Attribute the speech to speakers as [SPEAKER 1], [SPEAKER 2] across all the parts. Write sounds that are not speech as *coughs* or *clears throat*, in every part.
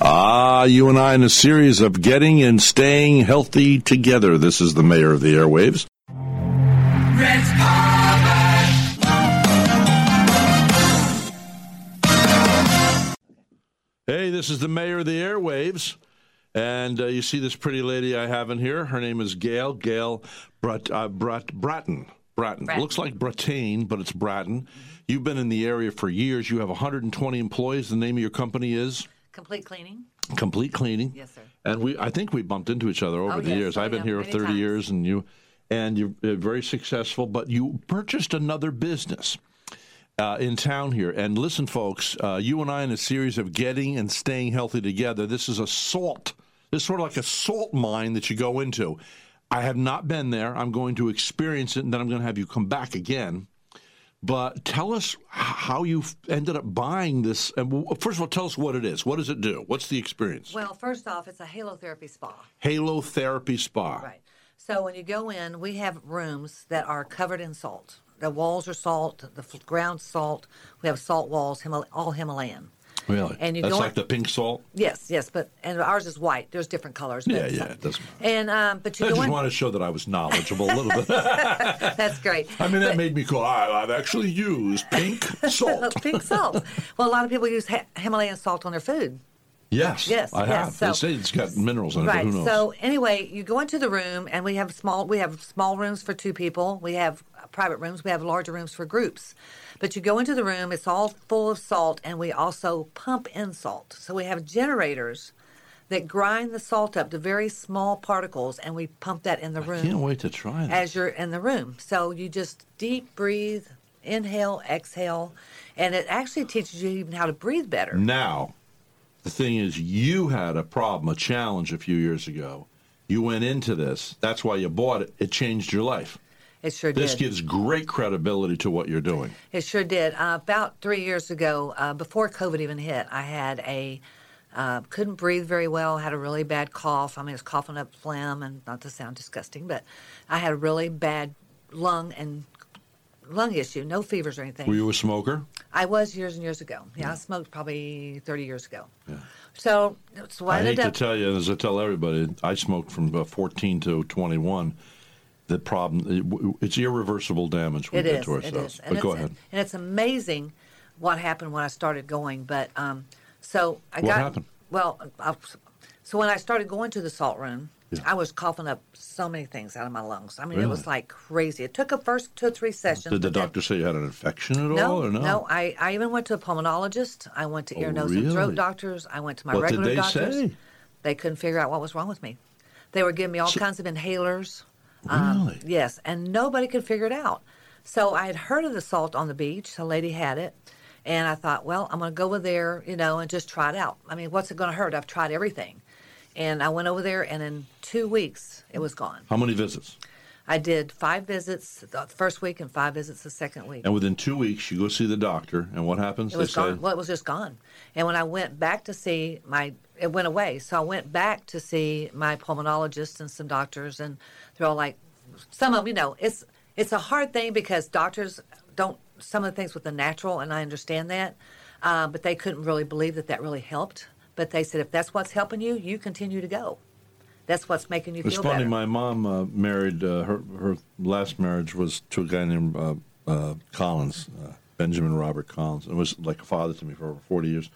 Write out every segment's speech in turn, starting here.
[SPEAKER 1] uh, you and I in a series of getting and staying healthy together. This is the mayor of the airwaves. Hey, this is the mayor of the airwaves. And uh, you see this pretty lady I have in here. Her name is Gail. Gail Brut, uh, Brut, Bratton. Bratton.
[SPEAKER 2] Bratton.
[SPEAKER 1] Looks like Brattain, but it's Bratton. You've been in the area for years. You have 120 employees. The name of your company is
[SPEAKER 2] Complete cleaning?
[SPEAKER 1] Complete Cleaning.
[SPEAKER 2] Yes, sir.
[SPEAKER 1] And we, I think we bumped into each other over
[SPEAKER 2] Oh,
[SPEAKER 1] the
[SPEAKER 2] yes.
[SPEAKER 1] years.
[SPEAKER 2] Oh,
[SPEAKER 1] I've been
[SPEAKER 2] yeah,
[SPEAKER 1] here
[SPEAKER 2] many
[SPEAKER 1] 30
[SPEAKER 2] times.
[SPEAKER 1] years, and you, and you're uh, very successful. But you purchased another business uh, in town here. And listen, folks, uh, you and I in a series of getting and staying healthy together. This is a salt. This is sort of like a salt mine that you go into. I have not been there. I'm going to experience it, and then I'm going to have you come back again. But tell us h- how you f- ended up buying this. And w- first of all, tell us what it is. What does it do? What's the experience?
[SPEAKER 2] Well, first off, it's a halotherapy spa.
[SPEAKER 1] Halo Therapy Spa.
[SPEAKER 2] Right. So when you go in, we have rooms that are covered in salt. The walls are salt, the f- ground salt. We have salt walls, Himal- all Himalayan.
[SPEAKER 1] Really?
[SPEAKER 2] And you
[SPEAKER 1] That's
[SPEAKER 2] go
[SPEAKER 1] like the pink salt.
[SPEAKER 2] Yes, yes, but and ours is white. There's different colors. but
[SPEAKER 1] Yeah,
[SPEAKER 2] it's
[SPEAKER 1] yeah,
[SPEAKER 2] not-
[SPEAKER 1] it doesn't matter.
[SPEAKER 2] And um, but
[SPEAKER 1] *laughs*
[SPEAKER 2] you
[SPEAKER 1] I
[SPEAKER 2] go
[SPEAKER 1] just
[SPEAKER 2] in.
[SPEAKER 1] want to show that I was knowledgeable a little bit. *laughs*
[SPEAKER 2] That's great.
[SPEAKER 1] I mean, that made me cool. I, I've actually used
[SPEAKER 2] *laughs*
[SPEAKER 1] pink salt.
[SPEAKER 2] Pink salt. well, a lot of people use ha- Himalayan salt on their food.
[SPEAKER 1] Yes,
[SPEAKER 2] Yes,
[SPEAKER 1] I
[SPEAKER 2] yes,
[SPEAKER 1] have.
[SPEAKER 2] so-
[SPEAKER 1] they say it's got minerals in it,
[SPEAKER 2] Right.
[SPEAKER 1] but who knows?
[SPEAKER 2] So anyway, you go into the room, and we have small. We have small rooms for two people. We have uh, private rooms. We have larger rooms for groups. But you go into the room. It's all full of salt, and we also pump in salt. So we have generators that grind the salt up to very small particles, and we pump that in the room
[SPEAKER 1] Can't wait to try that.
[SPEAKER 2] as you're in the room. So you just deep breathe, inhale, exhale, and it actually teaches you even how to breathe better.
[SPEAKER 1] Mm. Now, the thing is, you had a problem, a challenge a few years ago. You went into this. That's why you bought it. It changed your life.
[SPEAKER 2] It sure
[SPEAKER 1] This
[SPEAKER 2] did.
[SPEAKER 1] gives great credibility to what you're doing.
[SPEAKER 2] It sure did. Uh, about three years ago, uh, before COVID even hit, I had a uh, couldn't breathe very well. Had a really bad cough. I mean, I was coughing up phlegm, and not to sound disgusting, but I had a really bad lung and lung issue. No fevers or anything.
[SPEAKER 1] Were you a smoker?
[SPEAKER 2] I was years and years ago. Yeah, I smoked probably thirty years ago. So, so I,
[SPEAKER 1] I hate
[SPEAKER 2] ended
[SPEAKER 1] to
[SPEAKER 2] up.
[SPEAKER 1] tell you, as I tell everybody, I smoked from about 14 to 21. The problem, it's irreversible damage we
[SPEAKER 2] It
[SPEAKER 1] did
[SPEAKER 2] is.
[SPEAKER 1] to
[SPEAKER 2] It
[SPEAKER 1] ourselves.
[SPEAKER 2] is.
[SPEAKER 1] But
[SPEAKER 2] it's,
[SPEAKER 1] go ahead.
[SPEAKER 2] And it's amazing what happened when I started going. But um, so I
[SPEAKER 1] What
[SPEAKER 2] got.
[SPEAKER 1] happened?
[SPEAKER 2] Well, I, so when I started going to the salt room,
[SPEAKER 1] Yeah.
[SPEAKER 2] I was coughing up so many things out of my lungs. I mean, it
[SPEAKER 1] Really?
[SPEAKER 2] was like crazy. It took the first two or three sessions.
[SPEAKER 1] Did the
[SPEAKER 2] but then-
[SPEAKER 1] doctor say you had an infection at all
[SPEAKER 2] No,
[SPEAKER 1] or no?
[SPEAKER 2] I, I even went to a pulmonologist. I went to ear,
[SPEAKER 1] Oh,
[SPEAKER 2] nose, and
[SPEAKER 1] really?
[SPEAKER 2] throat doctors. I went to my
[SPEAKER 1] What did
[SPEAKER 2] regular
[SPEAKER 1] they
[SPEAKER 2] doctors.
[SPEAKER 1] say?
[SPEAKER 2] They couldn't figure out what was wrong with me. They were giving me all kinds of inhalers. Um,
[SPEAKER 1] Really?
[SPEAKER 2] yes, and nobody could figure it out. So I had heard of the salt on the beach. A lady had it, and I thought, well, I'm going to go over there, you know, and just try it out. I mean, what's it going to hurt? I've tried everything, and I went over there, and in two weeks, it was gone.
[SPEAKER 1] How many visits?
[SPEAKER 2] I did five visits the first week and five visits the second week.
[SPEAKER 1] And within two weeks, you go see the doctor, and what happens?
[SPEAKER 2] It was
[SPEAKER 1] they say,
[SPEAKER 2] gone. Well, it was just gone. And when I went back to see my, it went away. So I went back to see my pulmonologist and some doctors, and they're all like, some of 'em, you know, it's it's a hard thing because doctors don't some of the things with the natural, and I understand that, uh, but they couldn't really believe that that really helped. But they said if that's what's helping you, you continue to go. That's what's making you
[SPEAKER 1] It's
[SPEAKER 2] feel
[SPEAKER 1] funny.
[SPEAKER 2] better.
[SPEAKER 1] My mom uh, married. Uh, her her last marriage was to a guy named uh, uh, Collins, uh, Benjamin Robert Collins, and was like a father to me for over forty years.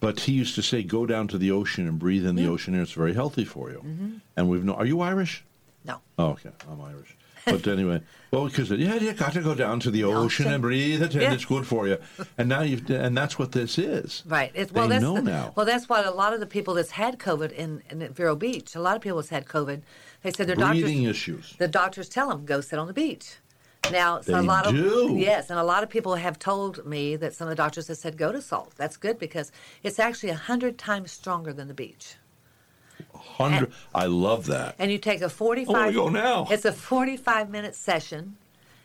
[SPEAKER 1] But he used to say, "Go down to the ocean and breathe in the ocean air. It's very healthy for you."
[SPEAKER 2] Mm-hmm.
[SPEAKER 1] And we've no. Are you Irish?
[SPEAKER 2] no.
[SPEAKER 1] Oh, okay, I'm Irish. But anyway, *laughs* well, because yeah, you got to go down to the ocean
[SPEAKER 2] ocean.
[SPEAKER 1] and breathe it, in.
[SPEAKER 2] Yeah.
[SPEAKER 1] it's good for you. And now you, have and that's what this is.
[SPEAKER 2] Right. It's, well,
[SPEAKER 1] they
[SPEAKER 2] that's
[SPEAKER 1] know
[SPEAKER 2] the-
[SPEAKER 1] now.
[SPEAKER 2] Well, that's what a lot of the people that's had COVID in, in Vero Beach, a lot of people that's had COVID, they said their
[SPEAKER 1] Breathing
[SPEAKER 2] doctors,
[SPEAKER 1] issues.
[SPEAKER 2] the doctors tell them go sit on the beach. Now, so
[SPEAKER 1] They
[SPEAKER 2] a lot
[SPEAKER 1] do.
[SPEAKER 2] of yes, and a lot of people have told me that some of the doctors have said go to salt. That's good because it's actually a hundred times stronger than the beach.
[SPEAKER 1] Hundred. I love that.
[SPEAKER 2] And you take
[SPEAKER 1] I
[SPEAKER 2] a
[SPEAKER 1] want
[SPEAKER 2] forty-five.
[SPEAKER 1] to Oh, go now.
[SPEAKER 2] It's a forty-five minute session,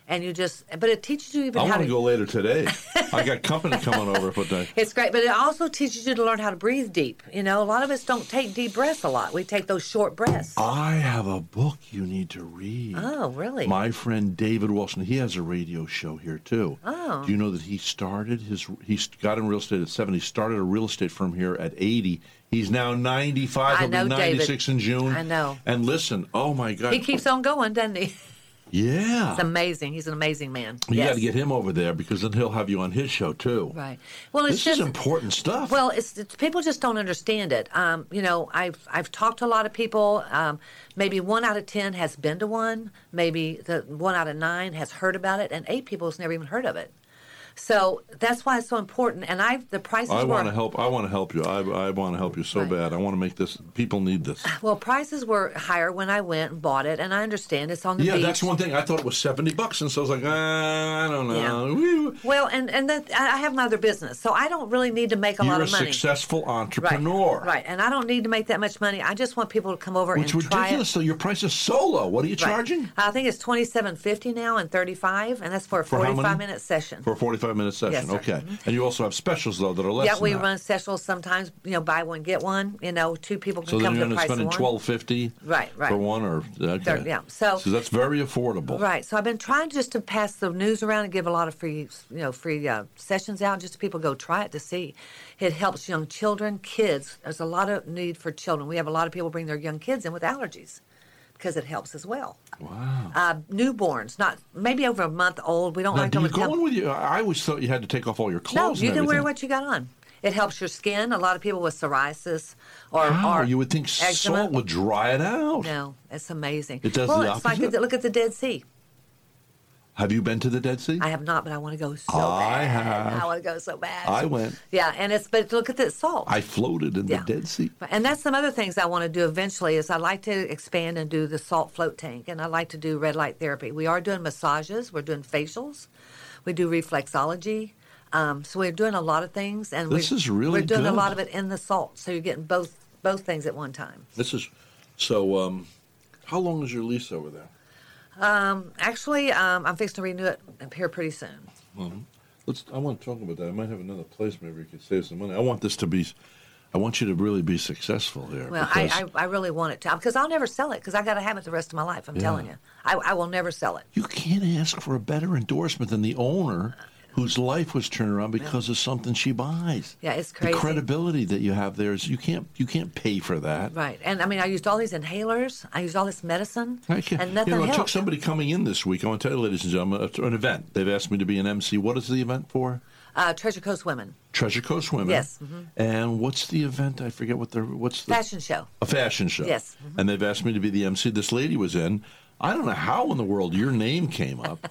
[SPEAKER 2] and you just but it teaches you even
[SPEAKER 1] I
[SPEAKER 2] how
[SPEAKER 1] want
[SPEAKER 2] to *laughs*
[SPEAKER 1] to go later today. I got company coming over for that.
[SPEAKER 2] It's great, but it also teaches you to learn how to breathe deep. You know, a lot of us don't take deep breaths a lot. We take those short breaths.
[SPEAKER 1] I have a book you need to read.
[SPEAKER 2] Oh, really?
[SPEAKER 1] My friend David Wilson, he has a radio show here too.
[SPEAKER 2] Oh.
[SPEAKER 1] Do you know that he started his he got in real estate at 70, started a real estate firm here at 80. He's now 95,
[SPEAKER 2] I
[SPEAKER 1] he'll be
[SPEAKER 2] know David.
[SPEAKER 1] 96 in June.
[SPEAKER 2] I know.
[SPEAKER 1] And listen, oh my god.
[SPEAKER 2] he keeps on going, doesn't he? *laughs* It's
[SPEAKER 1] yeah.
[SPEAKER 2] amazing. He's an amazing man.
[SPEAKER 1] you
[SPEAKER 2] yes.
[SPEAKER 1] got to get him over there because then he'll have you on his show too.
[SPEAKER 2] right. Well, it's
[SPEAKER 1] This
[SPEAKER 2] just
[SPEAKER 1] is important stuff.
[SPEAKER 2] Well, it's, it's people just don't understand it. Um, you know, I've I've talked to a lot of people. Um, maybe one out of ten has been to one. Maybe the one out of nine has heard about it, and eight people has never even heard of it. So that's why it's so important. And I've the prices
[SPEAKER 1] I
[SPEAKER 2] were
[SPEAKER 1] want to help. I want to help you. I, I want to help you so
[SPEAKER 2] Right. Ah,
[SPEAKER 1] bad. I want to make this. People need this.
[SPEAKER 2] well, prices were higher when I went and bought it, and I understand it's on the
[SPEAKER 1] Yeah,
[SPEAKER 2] beach.
[SPEAKER 1] that's one thing. I thought it was seventy bucks, and so I was like, ah, I don't know.
[SPEAKER 2] Yeah.
[SPEAKER 1] Woo.
[SPEAKER 2] Well, and and that, I I have my other business, so I don't really need to make a
[SPEAKER 1] You're
[SPEAKER 2] lot
[SPEAKER 1] a
[SPEAKER 2] of money.
[SPEAKER 1] successful
[SPEAKER 2] Right,
[SPEAKER 1] entrepreneur.
[SPEAKER 2] right, and I don't need to make that much money. I just want people to come over
[SPEAKER 1] It's
[SPEAKER 2] and try it.
[SPEAKER 1] ridiculous. So your price is so low. What are you
[SPEAKER 2] Right.
[SPEAKER 1] charging
[SPEAKER 2] I think it's twenty seven fifty now and thirty five, and that's for a
[SPEAKER 1] how many?
[SPEAKER 2] forty five minute session.
[SPEAKER 1] for a forty-five minute session?
[SPEAKER 2] Yes, sir. Mm-hmm.
[SPEAKER 1] okay, and you also have specials though that are less.
[SPEAKER 2] yeah,
[SPEAKER 1] than
[SPEAKER 2] we
[SPEAKER 1] that.
[SPEAKER 2] run specials sometimes. You know, buy one get one. You know, two people can
[SPEAKER 1] So then
[SPEAKER 2] come
[SPEAKER 1] you're
[SPEAKER 2] to
[SPEAKER 1] only
[SPEAKER 2] the price of
[SPEAKER 1] spending
[SPEAKER 2] one.
[SPEAKER 1] twelve fifty.
[SPEAKER 2] Right, right.
[SPEAKER 1] For one or okay.
[SPEAKER 2] Thir- yeah, so-
[SPEAKER 1] that's very affordable.
[SPEAKER 2] Right. So I've been trying just to pass the news around and give a lot of free, you know, free uh, sessions out just so people go try it to see. It helps young children, kids. There's a lot of need for children. We have a lot of people bring their young kids in with allergies because it helps as well.
[SPEAKER 1] Wow.
[SPEAKER 2] Uh, newborns, not maybe over a month old. We don't
[SPEAKER 1] Now,
[SPEAKER 2] like
[SPEAKER 1] do
[SPEAKER 2] them
[SPEAKER 1] you
[SPEAKER 2] with
[SPEAKER 1] go
[SPEAKER 2] them.
[SPEAKER 1] in with you? I always thought you had to take off all your
[SPEAKER 2] No,
[SPEAKER 1] clothes.
[SPEAKER 2] you
[SPEAKER 1] and
[SPEAKER 2] can wear
[SPEAKER 1] everything.
[SPEAKER 2] what you got on. It helps your skin. A lot of people with psoriasis or,
[SPEAKER 1] Wow,
[SPEAKER 2] or
[SPEAKER 1] you would think
[SPEAKER 2] eczema.
[SPEAKER 1] salt would dry it out.
[SPEAKER 2] No, it's amazing.
[SPEAKER 1] It does
[SPEAKER 2] well,
[SPEAKER 1] the
[SPEAKER 2] it's like
[SPEAKER 1] opposite?
[SPEAKER 2] look at the Dead Sea.
[SPEAKER 1] Have you been to the Dead Sea?
[SPEAKER 2] I have not, but I want to go so
[SPEAKER 1] I
[SPEAKER 2] bad.
[SPEAKER 1] have.
[SPEAKER 2] I want to go so bad.
[SPEAKER 1] I went.
[SPEAKER 2] Yeah, and it's but look at the salt.
[SPEAKER 1] I floated in
[SPEAKER 2] Yeah.
[SPEAKER 1] the Dead Sea.
[SPEAKER 2] and that's some other things I want to do eventually is I like to expand and do the salt float tank and I like to do red light therapy. We are doing massages, we're doing facials, we do reflexology. Um, so we're doing a lot of things and
[SPEAKER 1] This
[SPEAKER 2] we're,
[SPEAKER 1] is really
[SPEAKER 2] we're doing
[SPEAKER 1] good.
[SPEAKER 2] a lot of it in the salt. So you're getting both both things at one time.
[SPEAKER 1] This is so. Um, how long is your lease over there?
[SPEAKER 2] Actually, um, I'm fixing to renew it here pretty soon.
[SPEAKER 1] Let's. I want to talk about that. I might have another place. Maybe we could save some money. I want this to be. I want you to really be successful here.
[SPEAKER 2] Well,
[SPEAKER 1] because-
[SPEAKER 2] I, I, I really want it to because I'll never sell it because I got to have it the rest of my life. I'm telling you, I, I will never sell it.
[SPEAKER 1] you can't ask for a better endorsement than the owner, whose life was turned around because of something she buys.
[SPEAKER 2] Yeah, it's
[SPEAKER 1] The
[SPEAKER 2] crazy.
[SPEAKER 1] credibility that you have there is you can't you can't pay for that.
[SPEAKER 2] Right. And I mean, I used all these inhalers. I used all this medicine.
[SPEAKER 1] I can't,
[SPEAKER 2] and nothing
[SPEAKER 1] you know, I took
[SPEAKER 2] helped.
[SPEAKER 1] somebody coming in this week. I want to tell you, ladies and gentlemen, it's an event. They've asked me to be an MC. What is the event for?
[SPEAKER 2] uh, Treasure Coast Women.
[SPEAKER 1] Treasure Coast Women.
[SPEAKER 2] Yes, mm-hmm.
[SPEAKER 1] And what's the event? I forget what the what's the
[SPEAKER 2] Fashion show.
[SPEAKER 1] a fashion show.
[SPEAKER 2] Yes. mm-hmm.
[SPEAKER 1] And they've asked me to be the MC. This lady was in. I don't know how in the world your name came
[SPEAKER 2] *laughs*
[SPEAKER 1] up.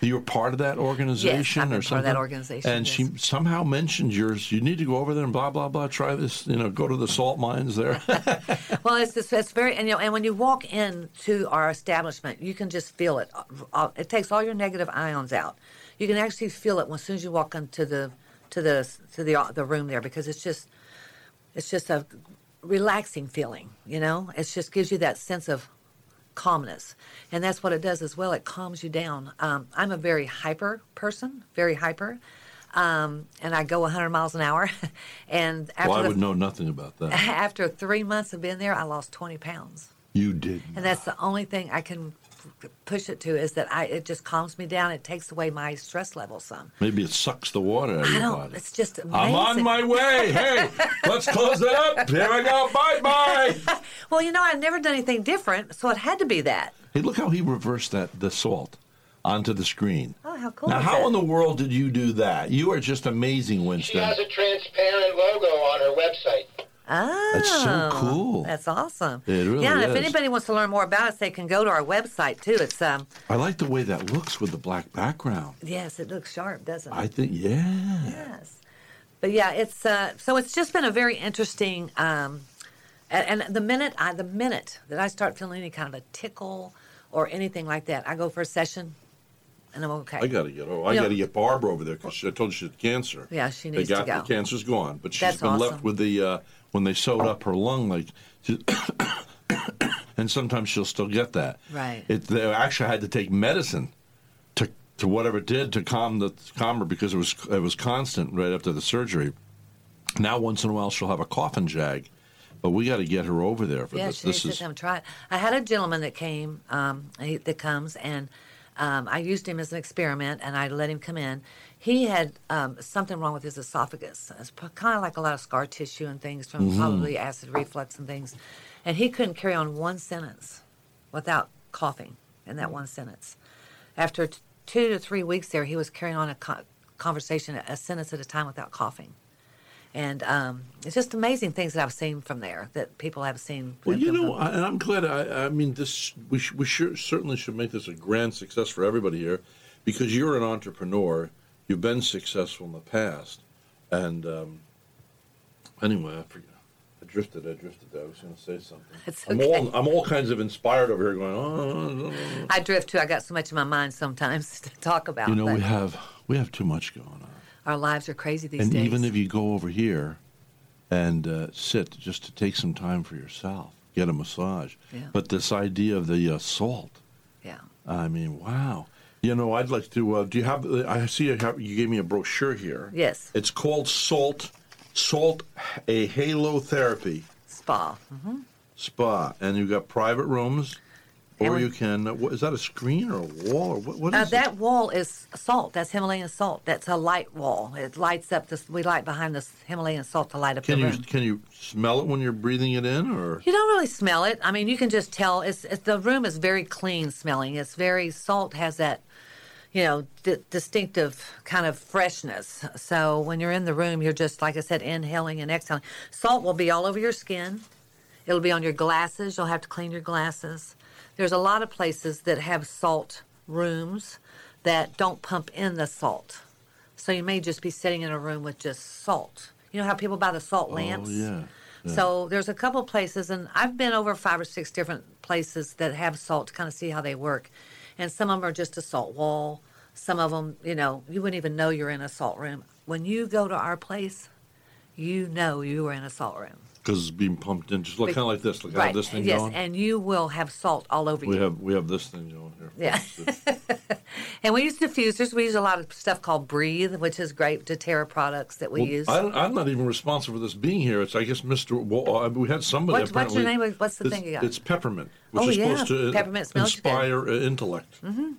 [SPEAKER 1] you were part of that organization
[SPEAKER 2] I've
[SPEAKER 1] or
[SPEAKER 2] been part of
[SPEAKER 1] something.
[SPEAKER 2] that organization,
[SPEAKER 1] And she
[SPEAKER 2] yes.
[SPEAKER 1] somehow mentioned yours. You need to go over there and blah blah blah. Try this. You know, go to the salt mines there. *laughs*
[SPEAKER 2] *laughs* Well, it's just, it's very and you know, and when you walk into our establishment, you can just feel it. Uh, uh, It takes all your negative ions out. You can actually feel it as soon as you walk into the to the to the uh, the room there because it's just it's just a relaxing feeling. You know, it just gives you that sense of calmness and that's what it does as well it calms you down um, i'm a very hyper person very hyper um, and i go 100 miles an hour *laughs* and after
[SPEAKER 1] well, I
[SPEAKER 2] the-
[SPEAKER 1] would know nothing about that.
[SPEAKER 2] *laughs* after three months of being there, I lost 20 pounds.
[SPEAKER 1] You did.
[SPEAKER 2] And that's the only thing I can p- push it to is that I it just calms me down. It takes away my stress level some.
[SPEAKER 1] Maybe it sucks the water out of
[SPEAKER 2] I
[SPEAKER 1] your
[SPEAKER 2] don't,
[SPEAKER 1] body.
[SPEAKER 2] it's just amazing.
[SPEAKER 1] I'm on my way. Hey, let's close it up. Here I go. Bye bye.
[SPEAKER 2] Well, you know, I've never done anything different, so it had to be that.
[SPEAKER 1] Hey, look how he reversed that the salt onto the screen.
[SPEAKER 2] Oh, how cool
[SPEAKER 1] Now,
[SPEAKER 2] is
[SPEAKER 1] how
[SPEAKER 2] that?
[SPEAKER 1] in the world did you do that? You are just amazing,
[SPEAKER 3] She
[SPEAKER 1] Winston.
[SPEAKER 3] has a transparent logo on her website.
[SPEAKER 2] Oh,
[SPEAKER 1] so cool.
[SPEAKER 2] That's awesome.
[SPEAKER 1] It really
[SPEAKER 2] yeah, and
[SPEAKER 1] is.
[SPEAKER 2] if anybody wants to learn more about us, they can go to our website too. It's, um,
[SPEAKER 1] I like the way that looks with the black background.
[SPEAKER 2] yes, it looks sharp, doesn't it?
[SPEAKER 1] I think, yeah.
[SPEAKER 2] Yes. But yeah, it's uh, so it's just been a very interesting. Um, and, and the minute I the minute that I start feeling any kind of a tickle or anything like that, I go for a session, and I'm okay.
[SPEAKER 1] I got to get. Oh, I
[SPEAKER 2] Yeah.
[SPEAKER 1] got to get Barbara over there because I told you she had cancer.
[SPEAKER 2] Yeah, she
[SPEAKER 1] They
[SPEAKER 2] needs to
[SPEAKER 1] got
[SPEAKER 2] go.
[SPEAKER 1] the cancer's gone, but she's
[SPEAKER 2] That's
[SPEAKER 1] been left
[SPEAKER 2] awesome.
[SPEAKER 1] with the uh, when they sewed up her lung, like, *coughs* she- and sometimes she'll still get that.
[SPEAKER 2] Right.
[SPEAKER 1] It, they actually had to take medicine to to whatever it did to calm the calm her because it was it was constant right after the surgery. Now once in a while she'll have a coffin jag, but we got to get her over there for
[SPEAKER 2] yeah,
[SPEAKER 1] this.
[SPEAKER 2] she
[SPEAKER 1] This
[SPEAKER 2] needs to
[SPEAKER 1] is
[SPEAKER 2] come try it. I had a gentleman that came, um, he, that comes, and um, I used him as an experiment, and I let him come in. He had um, something wrong with his esophagus. It's kind of like a lot of scar tissue and things from
[SPEAKER 1] Mm-hmm.
[SPEAKER 2] probably acid reflux and things, and he couldn't carry on one sentence without coughing in that one sentence. After t- two to three weeks there, he was carrying on a co- conversation a sentence at a time without coughing. And um, it's just amazing things that I've seen from there that people have seen.
[SPEAKER 1] Well, you
[SPEAKER 2] from-
[SPEAKER 1] know, I, and I'm glad. I, I mean, this we sh- we sure, certainly should make this a grand success for everybody here, because you're an entrepreneur. You've been successful in the past, and um, anyway, I forget. I drifted. I drifted. I was going to say something.
[SPEAKER 2] That's
[SPEAKER 1] I'm
[SPEAKER 2] okay.
[SPEAKER 1] all I'm all kinds of inspired over here, going. Oh, oh, oh, oh."
[SPEAKER 2] I drift too. I got so much in my mind sometimes *laughs* to talk about.
[SPEAKER 1] You know,
[SPEAKER 2] but
[SPEAKER 1] we have we have too much going on,
[SPEAKER 2] our lives are crazy these
[SPEAKER 1] and
[SPEAKER 2] days.
[SPEAKER 1] even if you go over here and uh, sit just to take some time for yourself, get a massage.
[SPEAKER 2] Yeah.
[SPEAKER 1] But this idea of the uh, salt.
[SPEAKER 2] yeah,
[SPEAKER 1] I mean, wow. You know, I'd like to. Uh, do you have? I see you, have, you gave me a brochure here.
[SPEAKER 2] Yes.
[SPEAKER 1] It's called Salt, Salt, a Halo Therapy
[SPEAKER 2] spa. Mhm.
[SPEAKER 1] Spa, and you've got private rooms,
[SPEAKER 2] And
[SPEAKER 1] or
[SPEAKER 2] we-
[SPEAKER 1] you can. What, is that a screen or a wall or what? What
[SPEAKER 2] Uh,
[SPEAKER 1] is
[SPEAKER 2] that
[SPEAKER 1] it?
[SPEAKER 2] wall is salt. That's Himalayan salt. That's a light wall. It lights up. This we light behind this Himalayan salt to light up
[SPEAKER 1] Can
[SPEAKER 2] the
[SPEAKER 1] you
[SPEAKER 2] room.
[SPEAKER 1] can you smell it when you're breathing it in, or
[SPEAKER 2] You don't really smell it. I mean, you can just tell. It's, it's the room is very clean smelling. It's very salt has that, you know, di- distinctive kind of freshness. So when you're in the room, you're just like I said, inhaling and exhaling. Salt will be all over your skin. It'll be on your glasses. You'll have to clean your glasses. There's a lot of places that have salt rooms that don't pump in the salt. So you may just be sitting in a room with just salt. You know how people buy the salt lamps?
[SPEAKER 1] Oh, yeah, yeah.
[SPEAKER 2] So there's a couple places, and I've been over five or six different places that have salt to kind of see how they work. And some of them are just a salt wall. Some of them, you know, you wouldn't even know you're in a salt room. When you go to our place, you know you are in a salt room.
[SPEAKER 1] because it's being pumped in, just like kind of like this, like I have this thing
[SPEAKER 2] yes,
[SPEAKER 1] going.
[SPEAKER 2] and you will have salt all over
[SPEAKER 1] we
[SPEAKER 2] you.
[SPEAKER 1] have we have this thing going here.
[SPEAKER 2] Yeah. and we use diffusers. We use a lot of stuff called Breathe, which is great DoTerra products that we
[SPEAKER 1] Well,
[SPEAKER 2] use.
[SPEAKER 1] I don't, I'm not even responsible for this being here. It's, I guess, Mr. Well, uh, we had somebody
[SPEAKER 2] What's- what's
[SPEAKER 1] apparently.
[SPEAKER 2] your name? What's the
[SPEAKER 1] it's,
[SPEAKER 2] thing you got?
[SPEAKER 1] It's peppermint, which
[SPEAKER 2] Oh,
[SPEAKER 1] is
[SPEAKER 2] yeah.
[SPEAKER 1] supposed to uh,
[SPEAKER 2] Peppermint smells good. Mm-hmm.
[SPEAKER 1] inspire uh, intellect.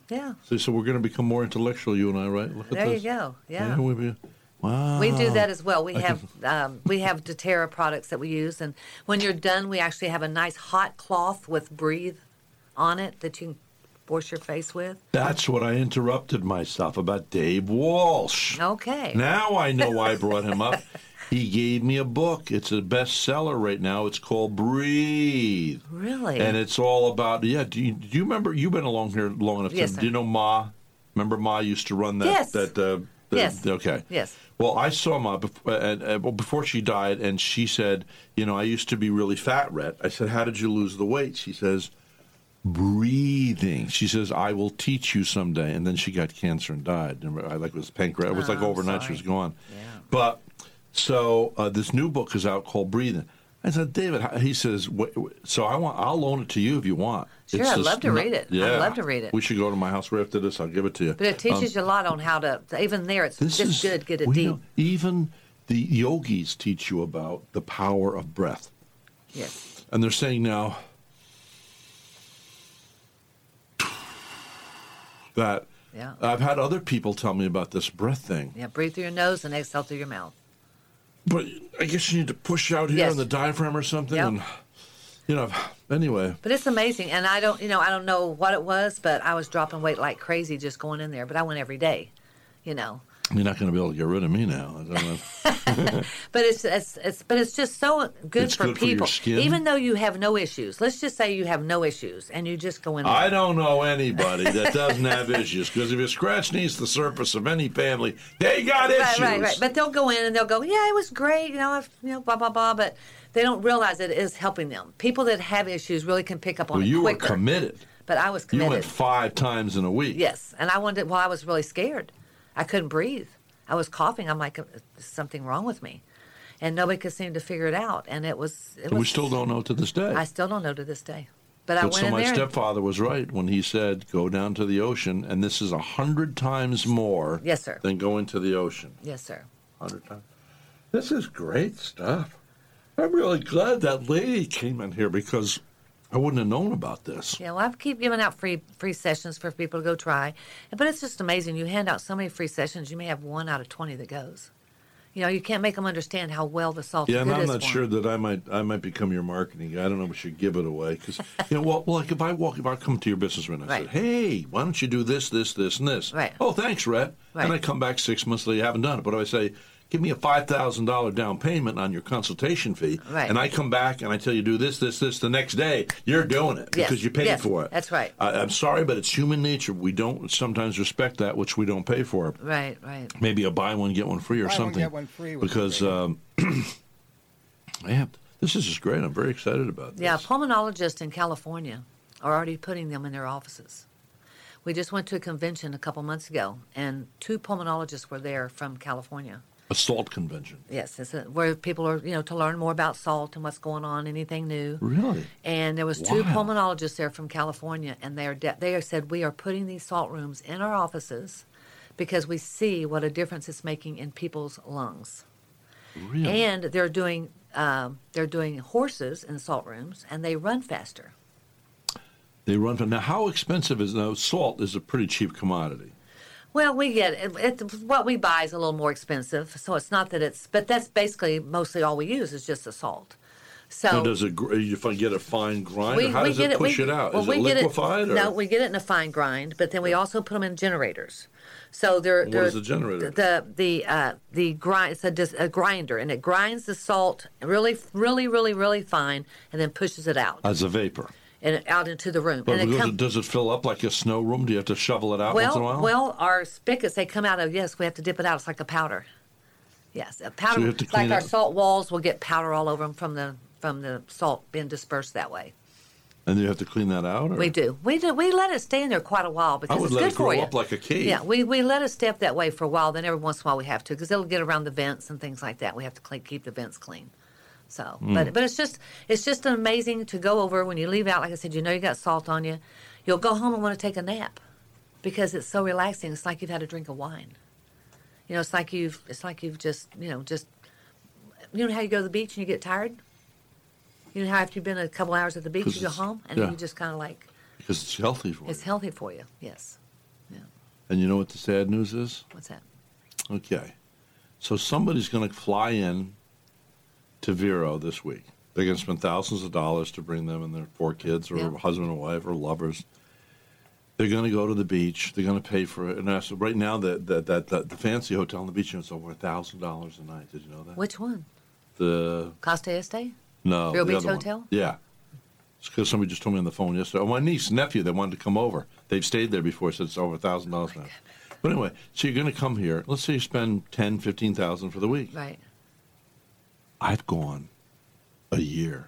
[SPEAKER 2] yeah.
[SPEAKER 1] See, so we're going to become more intellectual, you and I, right? Look
[SPEAKER 2] There
[SPEAKER 1] at
[SPEAKER 2] you
[SPEAKER 1] this.
[SPEAKER 2] go. Yeah.
[SPEAKER 1] we be, wow.
[SPEAKER 2] We do that as well. We
[SPEAKER 1] Ah. I
[SPEAKER 2] have um, we have DoTerra products that we use, and when you're done, we actually have a nice hot cloth with Breathe on it that you can wash your face with.
[SPEAKER 1] That's what I interrupted myself about Dave Walsh.
[SPEAKER 2] Okay.
[SPEAKER 1] Now I know
[SPEAKER 2] *laughs*
[SPEAKER 1] why I brought him up. He gave me a book. It's a bestseller right now. It's called Breathe.
[SPEAKER 2] Really?
[SPEAKER 1] And it's all about yeah. Do you, do you remember? You've been along here long enough.
[SPEAKER 2] Yes,
[SPEAKER 1] to,
[SPEAKER 2] sir.
[SPEAKER 1] do you know Ma? Remember Ma used to run that.
[SPEAKER 2] Yes.
[SPEAKER 1] That. Uh, the-
[SPEAKER 2] Yes.
[SPEAKER 1] Okay.
[SPEAKER 2] Yes.
[SPEAKER 1] Well, I saw Ma before, and, and, well, before she died, and she said, "You know, I used to be really fat, Rhett." I said, "How did you lose the weight?" She says, "Breathing." She says, "I will teach you someday." And then she got cancer and died. Remember, I like it was pancreas. It was like
[SPEAKER 2] Oh, I'm
[SPEAKER 1] overnight she
[SPEAKER 2] sorry.
[SPEAKER 1] was gone.
[SPEAKER 2] Yeah.
[SPEAKER 1] But so uh, this new book is out called Breathing. I said, David. how-" He says, "Wh- wh- "So I want. I'll loan it to you if you want."
[SPEAKER 2] Sure,
[SPEAKER 1] It's
[SPEAKER 2] I'd
[SPEAKER 1] this
[SPEAKER 2] love to
[SPEAKER 1] nu-
[SPEAKER 2] read it. I'd
[SPEAKER 1] Yeah,
[SPEAKER 2] love to read it.
[SPEAKER 1] We should go to my house right after this. I'll give it to you. Um,
[SPEAKER 2] but it teaches you a lot on how to even there. It's
[SPEAKER 1] This
[SPEAKER 2] just
[SPEAKER 1] is
[SPEAKER 2] good. Get it
[SPEAKER 1] we
[SPEAKER 2] deep.
[SPEAKER 1] know- even the yogis teach you about the power of breath,
[SPEAKER 2] Yes.
[SPEAKER 1] and they're saying now that.
[SPEAKER 2] Yeah.
[SPEAKER 1] I've had other people tell me about this breath thing.
[SPEAKER 2] Yeah. Breathe through your nose and exhale through your mouth.
[SPEAKER 1] But I guess you need to push out here
[SPEAKER 2] Yes.
[SPEAKER 1] on the diaphragm or something.
[SPEAKER 2] Yep.
[SPEAKER 1] And, you know, anyway.
[SPEAKER 2] But it's amazing, and I don't, you know, I don't know what it was, but I was dropping weight like crazy just going in there. But I went every day, you know.
[SPEAKER 1] You're not going to be able to get rid of me now. I don't know.
[SPEAKER 2] But it's it's, it's but it's just so good
[SPEAKER 1] It's
[SPEAKER 2] for
[SPEAKER 1] good for your
[SPEAKER 2] people,
[SPEAKER 1] skin.
[SPEAKER 2] even though you have no issues. Let's just say you have no issues, and you just go in
[SPEAKER 1] *laughs*
[SPEAKER 2] there.
[SPEAKER 1] I don't know anybody that doesn't have issues because if you scratch needs the surface of any family, they got
[SPEAKER 2] right,
[SPEAKER 1] issues.
[SPEAKER 2] right, right. But they'll go in and they'll go, yeah, it was great, you know, I've, you know, blah blah blah. But they don't realize it is helping them. People that have issues really can pick up on
[SPEAKER 1] well,
[SPEAKER 2] it
[SPEAKER 1] you were
[SPEAKER 2] quicker.
[SPEAKER 1] committed.
[SPEAKER 2] but I was
[SPEAKER 1] You
[SPEAKER 2] committed.
[SPEAKER 1] went five times in a week.
[SPEAKER 2] Yes, and I wanted. Well, I was really scared. I couldn't breathe. I was coughing. I'm like, "Uh, "Is something wrong with me, and nobody could seem to figure it out. And it was. It
[SPEAKER 1] And
[SPEAKER 2] was
[SPEAKER 1] we still don't know to this day.
[SPEAKER 2] I still don't know to this day. But I
[SPEAKER 1] But
[SPEAKER 2] went
[SPEAKER 1] so
[SPEAKER 2] in
[SPEAKER 1] my
[SPEAKER 2] there.
[SPEAKER 1] stepfather was right when he said, "Go down to the ocean," and this is a hundred times more.
[SPEAKER 2] Yes, sir.
[SPEAKER 1] Than going to the ocean.
[SPEAKER 2] yes, sir.
[SPEAKER 1] Hundred times. This is great stuff. I'm really glad that lady came in here because I wouldn't have known about this.
[SPEAKER 2] Yeah, well, I keep giving out free free sessions for people to go try, but it's just amazing. You hand out so many free sessions, you may have one out of twenty that goes. You know, you can't make them understand how well the salt.
[SPEAKER 1] Yeah,
[SPEAKER 2] good
[SPEAKER 1] and I'm
[SPEAKER 2] is
[SPEAKER 1] not
[SPEAKER 2] for 'em.
[SPEAKER 1] sure that I might I might become your marketing guy. I don't know if we should give it away because you know, well, like if I walk if I come to your business room and I
[SPEAKER 2] Right.
[SPEAKER 1] say, "Hey, why don't you do this, this, this, and this?"
[SPEAKER 2] Right.
[SPEAKER 1] Oh, thanks, Rhett.
[SPEAKER 2] Right.
[SPEAKER 1] And I come back six months later, you haven't done it. But if I say, "Give me a five thousand dollar down payment on your consultation fee,"
[SPEAKER 2] Right.
[SPEAKER 1] and I come back and I tell you do this, this, this the next day, you're doing it
[SPEAKER 2] Yes,
[SPEAKER 1] because you paid
[SPEAKER 2] yes,
[SPEAKER 1] for it.
[SPEAKER 2] that's right.
[SPEAKER 1] I, I'm sorry, but it's human nature. We don't sometimes respect that which we don't pay for.
[SPEAKER 2] Right, right.
[SPEAKER 1] Maybe a buy one get one free or
[SPEAKER 4] Buy one,
[SPEAKER 1] something.
[SPEAKER 4] get one free would be
[SPEAKER 1] because.
[SPEAKER 4] great.
[SPEAKER 1] Um, *clears throat* yeah, this is just great. I'm very excited about this.
[SPEAKER 2] Yeah, pulmonologists in California are already putting them in their offices. We just went to a convention a couple months ago, and two pulmonologists were there from California.
[SPEAKER 1] Assault convention.
[SPEAKER 2] Yes, it's a, where people are, you know, to learn more about salt and what's going on, anything new.
[SPEAKER 1] Really?
[SPEAKER 2] And there was two
[SPEAKER 1] Wow.
[SPEAKER 2] pulmonologists there from California, and they are de- they are said we are putting these salt rooms in our offices because we see what a difference it's making in people's lungs.
[SPEAKER 1] Really?
[SPEAKER 2] And they're doing um, they're doing horses in salt rooms, and they run faster.
[SPEAKER 1] they run from now. How expensive is now? Salt is a pretty cheap commodity.
[SPEAKER 2] Well, we get it. it. What we buy is a little more expensive, so it's not that it's. But that's basically mostly all we use is just the salt. So
[SPEAKER 1] So does it? gr- If I get a fine grinder, how does it push it out?
[SPEAKER 2] well,
[SPEAKER 1] Is
[SPEAKER 2] we
[SPEAKER 1] it
[SPEAKER 2] get
[SPEAKER 1] liquefied? or?
[SPEAKER 2] No, we get it in a fine grind, but then we also put them in generators. So they're,
[SPEAKER 1] What
[SPEAKER 2] they're
[SPEAKER 1] is a generator?
[SPEAKER 2] The the uh, the grind. It's a, dis- a grinder, and it grinds the salt really, really, really, really fine, and then pushes it out
[SPEAKER 1] As a vapor.
[SPEAKER 2] and out into the room.
[SPEAKER 1] Uh, But
[SPEAKER 2] and it
[SPEAKER 1] does,
[SPEAKER 2] come-
[SPEAKER 1] it, does it fill up like a snow room? Do you have to shovel it out once in a
[SPEAKER 2] well,
[SPEAKER 1] while?
[SPEAKER 2] well, our spigots they come out of. Yes, we have to dip it out. It's like a powder. Yes, a powder.
[SPEAKER 1] you have to
[SPEAKER 2] like
[SPEAKER 1] clean
[SPEAKER 2] our
[SPEAKER 1] it.
[SPEAKER 2] salt walls will get powder all over them from the from the salt being dispersed that way.
[SPEAKER 1] and you have to clean that out? Or?
[SPEAKER 2] We do. We do. We let it stay in there quite a while because
[SPEAKER 1] I would
[SPEAKER 2] it's
[SPEAKER 1] let
[SPEAKER 2] good
[SPEAKER 1] it grow
[SPEAKER 2] for you.
[SPEAKER 1] up like a cave.
[SPEAKER 2] yeah, we, we let it stay up that way for a while. Then every once in a while we have to because it'll get around the vents and things like that. We have to clean, keep the vents clean. So,
[SPEAKER 1] Hmm.
[SPEAKER 2] but but it's just it's just amazing to go over when you leave out. Like I said, you know you got salt on you. You'll go home and want to take a nap because it's so relaxing. It's like you've had a drink of wine. You know, it's like you've it's like you've just you know just you know how you go to the beach and you get tired. You know how after you've been a couple hours at the beach,
[SPEAKER 1] 'Cause
[SPEAKER 2] you go
[SPEAKER 1] it's-
[SPEAKER 2] home and
[SPEAKER 1] yeah.
[SPEAKER 2] then you just kind of like
[SPEAKER 1] Because it's healthy for
[SPEAKER 2] it's
[SPEAKER 1] you.
[SPEAKER 2] healthy for you. Yes.
[SPEAKER 1] and you know what the sad news is?
[SPEAKER 2] What's that?
[SPEAKER 1] Okay. So somebody's going to fly in to Vero this week. They're going to spend thousands of dollars to bring them and their four kids, or
[SPEAKER 2] Yeah.
[SPEAKER 1] husband and wife, or lovers. They're going to go to the beach. They're going to pay for it. And that's, right now, the, the, that the, the fancy hotel on the beach is over thousand dollars a night. Did you know that?
[SPEAKER 2] Which one?
[SPEAKER 1] The
[SPEAKER 2] Costa Este?
[SPEAKER 1] no,
[SPEAKER 2] Vero
[SPEAKER 1] the
[SPEAKER 2] Beach
[SPEAKER 1] other one.
[SPEAKER 2] Hotel?
[SPEAKER 1] Yeah, it's because somebody just told me on the phone yesterday. Oh, my niece, and nephew, they wanted to come over. They've stayed there before. Said it's over a thousand dollars
[SPEAKER 2] Oh
[SPEAKER 1] now. But anyway, so you're going to come here. Let's say you spend ten, fifteen thousand for the week.
[SPEAKER 2] Right.
[SPEAKER 1] I've gone a year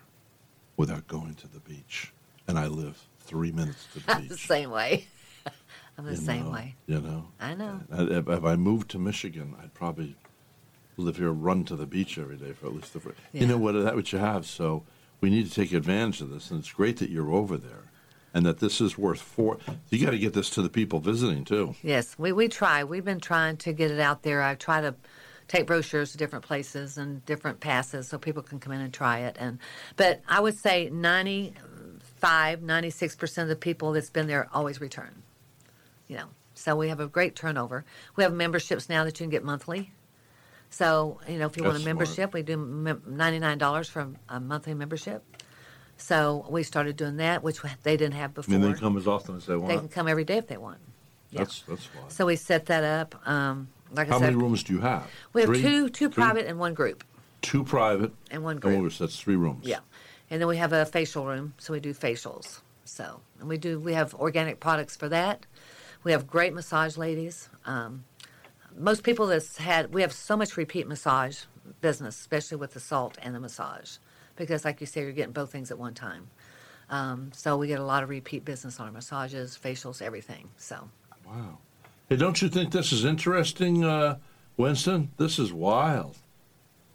[SPEAKER 1] without going to the beach, and I live three minutes
[SPEAKER 2] *laughs*
[SPEAKER 1] to the
[SPEAKER 2] I'm the
[SPEAKER 1] beach.
[SPEAKER 2] same way. *laughs* I'm the
[SPEAKER 1] you
[SPEAKER 2] same
[SPEAKER 1] know,
[SPEAKER 2] way.
[SPEAKER 1] You know.
[SPEAKER 2] I know.
[SPEAKER 1] I- If, if I moved to Michigan, I'd probably live here, run to the beach every day for at least the. Fr-
[SPEAKER 2] Yeah.
[SPEAKER 1] You know what? That what you have. So we need to take advantage of this, and it's great that you're over there, and that this is worth four. You got to get this to the people visiting too.
[SPEAKER 2] Yes, we, we try. We've been trying to get it out there. I try to take brochures to different places and different passes so people can come in and try it. And But I would say 95, 96% of the people that's been there always return. You know, so we have a great turnover. We have memberships now that you can get monthly. So, you know, if you want
[SPEAKER 1] That's
[SPEAKER 2] a
[SPEAKER 1] smart.
[SPEAKER 2] membership, we do mem- $99 for a monthly membership. So we started doing that, which they didn't have
[SPEAKER 1] I
[SPEAKER 2] before.
[SPEAKER 1] mean, they come as often as they want.
[SPEAKER 2] They can come every day if they want. Yeah.
[SPEAKER 1] That's that's why.
[SPEAKER 2] So we set that up. Um, like I
[SPEAKER 1] How
[SPEAKER 2] said,
[SPEAKER 1] many rooms do you have?
[SPEAKER 2] we have
[SPEAKER 1] Three?
[SPEAKER 2] two, two
[SPEAKER 1] Three?
[SPEAKER 2] private and one group.
[SPEAKER 1] two private,
[SPEAKER 2] and one
[SPEAKER 1] And
[SPEAKER 2] group.
[SPEAKER 1] what was that? That's three rooms.
[SPEAKER 2] Yeah, and then we have a facial room, so we do facials. So and we do we have organic products for that. We have great massage ladies. Um, most people that's had we have so much repeat massage business, especially with the salt and the massage, because like you say, you're getting both things at one time. Um, so we get a lot of repeat business on our massages, facials, everything. So
[SPEAKER 1] Wow. Hey, don't you think this is interesting, uh, Winston? This is wild.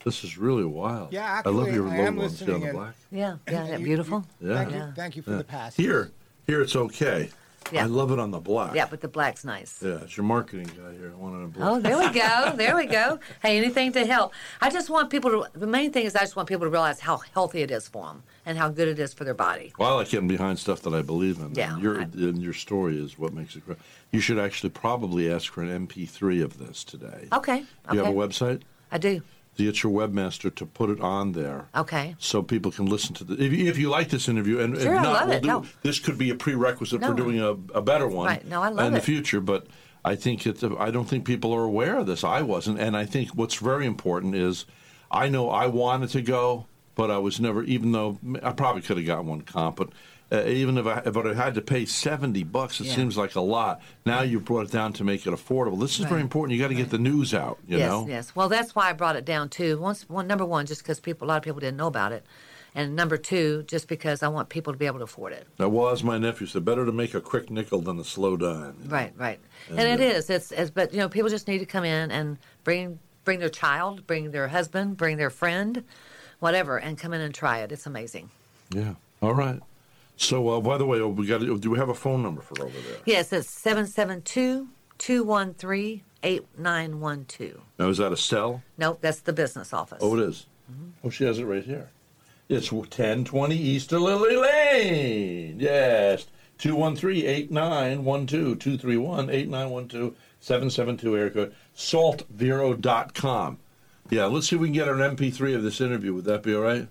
[SPEAKER 1] This is really wild.
[SPEAKER 4] Yeah,
[SPEAKER 1] I love
[SPEAKER 4] actually,
[SPEAKER 1] your
[SPEAKER 4] I
[SPEAKER 1] logo
[SPEAKER 4] am
[SPEAKER 1] on
[SPEAKER 4] listening
[SPEAKER 1] Sierra
[SPEAKER 4] in.
[SPEAKER 1] Black.
[SPEAKER 2] Yeah, yeah, isn't
[SPEAKER 4] You-
[SPEAKER 2] that
[SPEAKER 4] you-
[SPEAKER 2] beautiful?
[SPEAKER 4] Thank
[SPEAKER 2] Yeah.
[SPEAKER 4] you, thank you for the pass.
[SPEAKER 1] Here, here it's okay.
[SPEAKER 2] Yeah.
[SPEAKER 1] I love it on the black.
[SPEAKER 2] Yeah, but the black's nice.
[SPEAKER 1] Yeah, it's your marketing guy here. I want it on black.
[SPEAKER 2] Oh, there we go. There we go. Hey, anything to help. I just want people to, the main thing is I just want people to realize how healthy it is for them and how good it is for their body.
[SPEAKER 1] Well, I like getting behind stuff that I believe in.
[SPEAKER 2] Yeah,
[SPEAKER 1] And your,
[SPEAKER 2] I-
[SPEAKER 1] and your story is what makes it great. You should actually probably ask for an MP3 of this today.
[SPEAKER 2] Okay.
[SPEAKER 1] Do you
[SPEAKER 2] Oh, okay.
[SPEAKER 1] have a website?
[SPEAKER 2] I do.
[SPEAKER 1] Get your webmaster to put it on there.
[SPEAKER 2] Okay.
[SPEAKER 1] So people can listen to the. If you, if you like this interview, and
[SPEAKER 2] Sure,
[SPEAKER 1] if
[SPEAKER 2] I
[SPEAKER 1] not,
[SPEAKER 2] love
[SPEAKER 1] we'll
[SPEAKER 2] it.
[SPEAKER 1] do,
[SPEAKER 2] No.
[SPEAKER 1] this could be a prerequisite for
[SPEAKER 2] No.
[SPEAKER 1] doing a, a better one
[SPEAKER 2] Right. No, I love
[SPEAKER 1] in the
[SPEAKER 2] it.
[SPEAKER 1] future. But I think it's. I don't think people are aware of this. I wasn't, and I think what's very important is, I know I wanted to go, but I was never. Even though I probably could have gotten one comp, but. Uh, even if I, but I had to pay seventy bucks, it
[SPEAKER 2] Yeah.
[SPEAKER 1] seems like a lot. Now you brought it down to make it affordable. This is very
[SPEAKER 2] Right.
[SPEAKER 1] important. You got to get the news out. You
[SPEAKER 2] yes,
[SPEAKER 1] know.
[SPEAKER 2] yes. Well, that's why I brought it down too. Once, one number one, just because people, a lot of people didn't know about it, and number two, just because I want people to be able to afford it.
[SPEAKER 1] Now, well, as my nephew said, better to make a quick nickel than a slow dime.
[SPEAKER 2] Right, right. And, it is. It's, it's but you know, people just need to come in and bring bring their child, bring their husband, bring their friend, whatever, and come in and try it. It's amazing.
[SPEAKER 1] Yeah. All right. So, uh, by the way, we got. Do we have a phone number for over there?
[SPEAKER 2] Yes, it's 772-213-8912.
[SPEAKER 1] Now, is that a cell?
[SPEAKER 2] Nope, that's the business office.
[SPEAKER 1] Oh, it is. Oh, she has it right here. It's 1020 East of Lily Lane. Yes. 213-8912, 231-8912, 772 area code, saltvero.com. Yeah, let's see if we can get an MP3 of this interview. Would that be all right?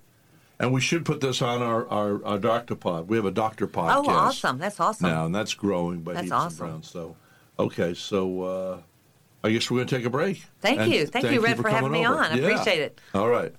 [SPEAKER 1] And we should put this on our, our, our doctor pod. We have a doctor podcast.
[SPEAKER 2] Oh, awesome. That's awesome.
[SPEAKER 1] now, and that's growing by
[SPEAKER 2] That's
[SPEAKER 1] heaps
[SPEAKER 2] awesome.
[SPEAKER 1] and bounds. So, okay, so uh, I guess we're going to take a break.
[SPEAKER 2] Thank
[SPEAKER 1] And
[SPEAKER 2] you. Thank you, Red, for having
[SPEAKER 1] coming
[SPEAKER 2] me
[SPEAKER 1] over.
[SPEAKER 2] on. I appreciate it.
[SPEAKER 1] All right.